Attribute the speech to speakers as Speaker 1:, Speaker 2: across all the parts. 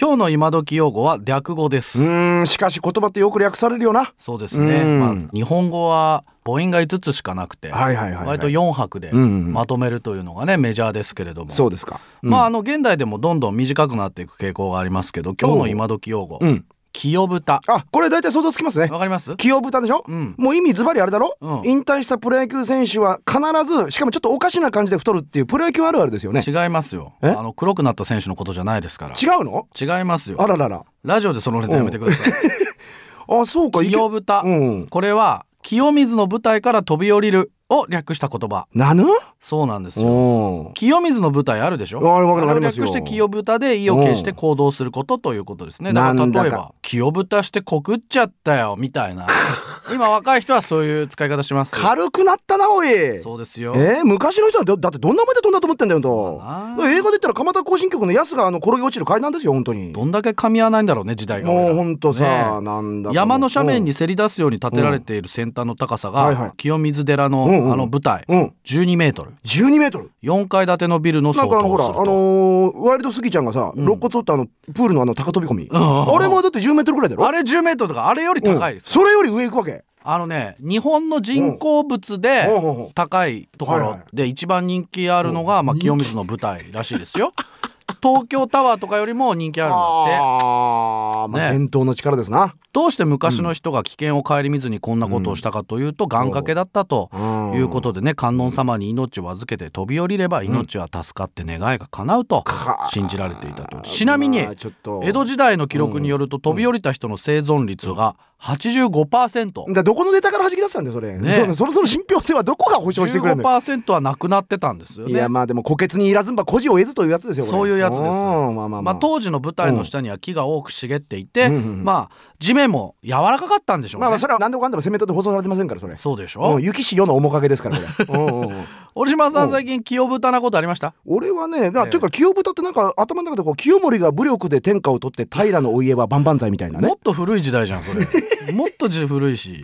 Speaker 1: 今日の今時用語は略語で
Speaker 2: う
Speaker 1: す。
Speaker 2: ーんしかし言葉ってよく略されるよな
Speaker 1: そうですね。
Speaker 2: うん
Speaker 1: まあ、日本語は母音が5つしかなくて、
Speaker 2: はいはいはいはい
Speaker 1: 割と4拍で
Speaker 2: うんうんうん
Speaker 1: まとめるというのがね、メジャーですけれども。
Speaker 2: そうですか、うん
Speaker 1: まあ、あの、現代でもどんどん短くなっていく傾向がありますけど、今日の今時用語、
Speaker 2: うん
Speaker 1: 清豚。
Speaker 2: あこれ大体想像つきますね
Speaker 1: わかります
Speaker 2: 清豚でしょ、
Speaker 1: うん
Speaker 2: もう意味ズバリあれだろ、
Speaker 1: うん
Speaker 2: 引退したプロ野球選手は必ずしかもちょっとおかしな感じで太るっていうプロ野球あるあるですよね
Speaker 1: 違いますよ。
Speaker 2: え
Speaker 1: あの、黒くなった選手のことじゃないですから。
Speaker 2: 違うの
Speaker 1: 違います
Speaker 2: あ
Speaker 1: よ。
Speaker 2: ららら
Speaker 1: ラジオでそのネタやめてください。
Speaker 2: あそうかいけ
Speaker 1: 清豚、
Speaker 2: うん
Speaker 1: これは清水の舞台から飛び降りるを略した言葉
Speaker 2: なぬ
Speaker 1: そうなんですよ
Speaker 2: お
Speaker 1: 清水の舞台あるでしょ
Speaker 2: あれわかるわかりますよ
Speaker 1: あれを略して清豚で意を決して行動することということですねだか
Speaker 2: な
Speaker 1: ら
Speaker 2: んだか
Speaker 1: 例えば清豚して告っちゃったよみたい な今若い人はそういう使い方します
Speaker 2: 軽くなったなおいえ
Speaker 1: そうですよ
Speaker 2: ー、昔の人はだだってどんなまで飛んだと思ってんだよと
Speaker 1: まあな
Speaker 2: 映画で言ったら蒲田行進曲のやすがあの転げ落ちる階段ですよ本当に
Speaker 1: どんだけ噛み合わないんだろうね時代が俺
Speaker 2: も
Speaker 1: ら
Speaker 2: うほんと
Speaker 1: ね
Speaker 2: さ、なんだかもう
Speaker 1: 山の斜面にせり出すように建てられている先端の高さ
Speaker 2: うんはいは
Speaker 1: が
Speaker 2: い
Speaker 1: 清水寺の
Speaker 2: うんうん
Speaker 1: あの舞台
Speaker 2: うん
Speaker 1: 12メートル
Speaker 2: 12メートル
Speaker 1: 4階建てのビルの
Speaker 2: な
Speaker 1: 相
Speaker 2: んかあ
Speaker 1: 当
Speaker 2: のほら
Speaker 1: を
Speaker 2: あ
Speaker 1: すると
Speaker 2: のー、ワイルドスギちゃんがさ、
Speaker 1: ん
Speaker 2: 肋骨折ったあのプールのあの高飛び込み、
Speaker 1: んうん
Speaker 2: あれもだって10メートルぐらいだろ
Speaker 1: あれ10メートルとかあれより
Speaker 2: うん
Speaker 1: 高いです、
Speaker 2: それより上行くわけ
Speaker 1: あのね日本の人工物で
Speaker 2: うんほうほうほう
Speaker 1: 高いとこ
Speaker 2: はい
Speaker 1: ろ
Speaker 2: はい
Speaker 1: で一番人気あるのが、まあ、清水の舞台らしいですよ東京タワーとかよりも人気あるんだって
Speaker 2: あー、まあ
Speaker 1: ね
Speaker 2: 伝統の力ですな、
Speaker 1: どうして昔の人が危険を顧みずにこんなことをしたかというと願掛けだったと
Speaker 2: うん
Speaker 1: いうことでね観音様に命を預けて飛び降りれば命は助かって願いが叶うと
Speaker 2: か
Speaker 1: 信じられていたとちなみに
Speaker 2: まあちょっと
Speaker 1: 江戸時代の記録によると飛び降りた人の生存率が85%、
Speaker 2: だからどこのネタから弾き出したんだよそれ、
Speaker 1: ね
Speaker 2: そのそろそろ信憑性はどこが保証してくれるのよ
Speaker 1: 15%はなくなってたんですよ
Speaker 2: い
Speaker 1: ね。
Speaker 2: やまあでも虎穴にいらずんば孤児を得ずというやつですよこれ
Speaker 1: そういうやつです
Speaker 2: んまあまあま
Speaker 1: ま
Speaker 2: あ、
Speaker 1: あ、当時の舞台の下には木が多く茂っていて、
Speaker 2: うんうんうん
Speaker 1: まあ地面も柔らかかったんでしょうね。
Speaker 2: まあまあそれは何でもかんでもセメントで放送されてませんからそれ
Speaker 1: そうでし
Speaker 2: う
Speaker 1: ょ
Speaker 2: ん、雪師世の面影ですから これうんうんうん
Speaker 1: 折島さん最近清豚なことありました
Speaker 2: 俺はね、まあ
Speaker 1: ええ
Speaker 2: というか清豚ってなんか頭の中でこう清盛が武力で天下を取って平のお家は万々歳みたいなね
Speaker 1: もっと古い時代じゃんそれもっと時古いし、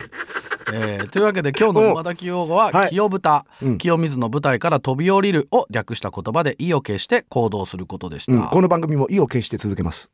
Speaker 1: えーというわけで今日の今滝用語は「
Speaker 2: はい
Speaker 1: 清豚、
Speaker 2: うん
Speaker 1: 清水の舞台から飛び降りる」を略した言葉で意を決して行動することでした。
Speaker 2: うんこの番組も意を決して続けます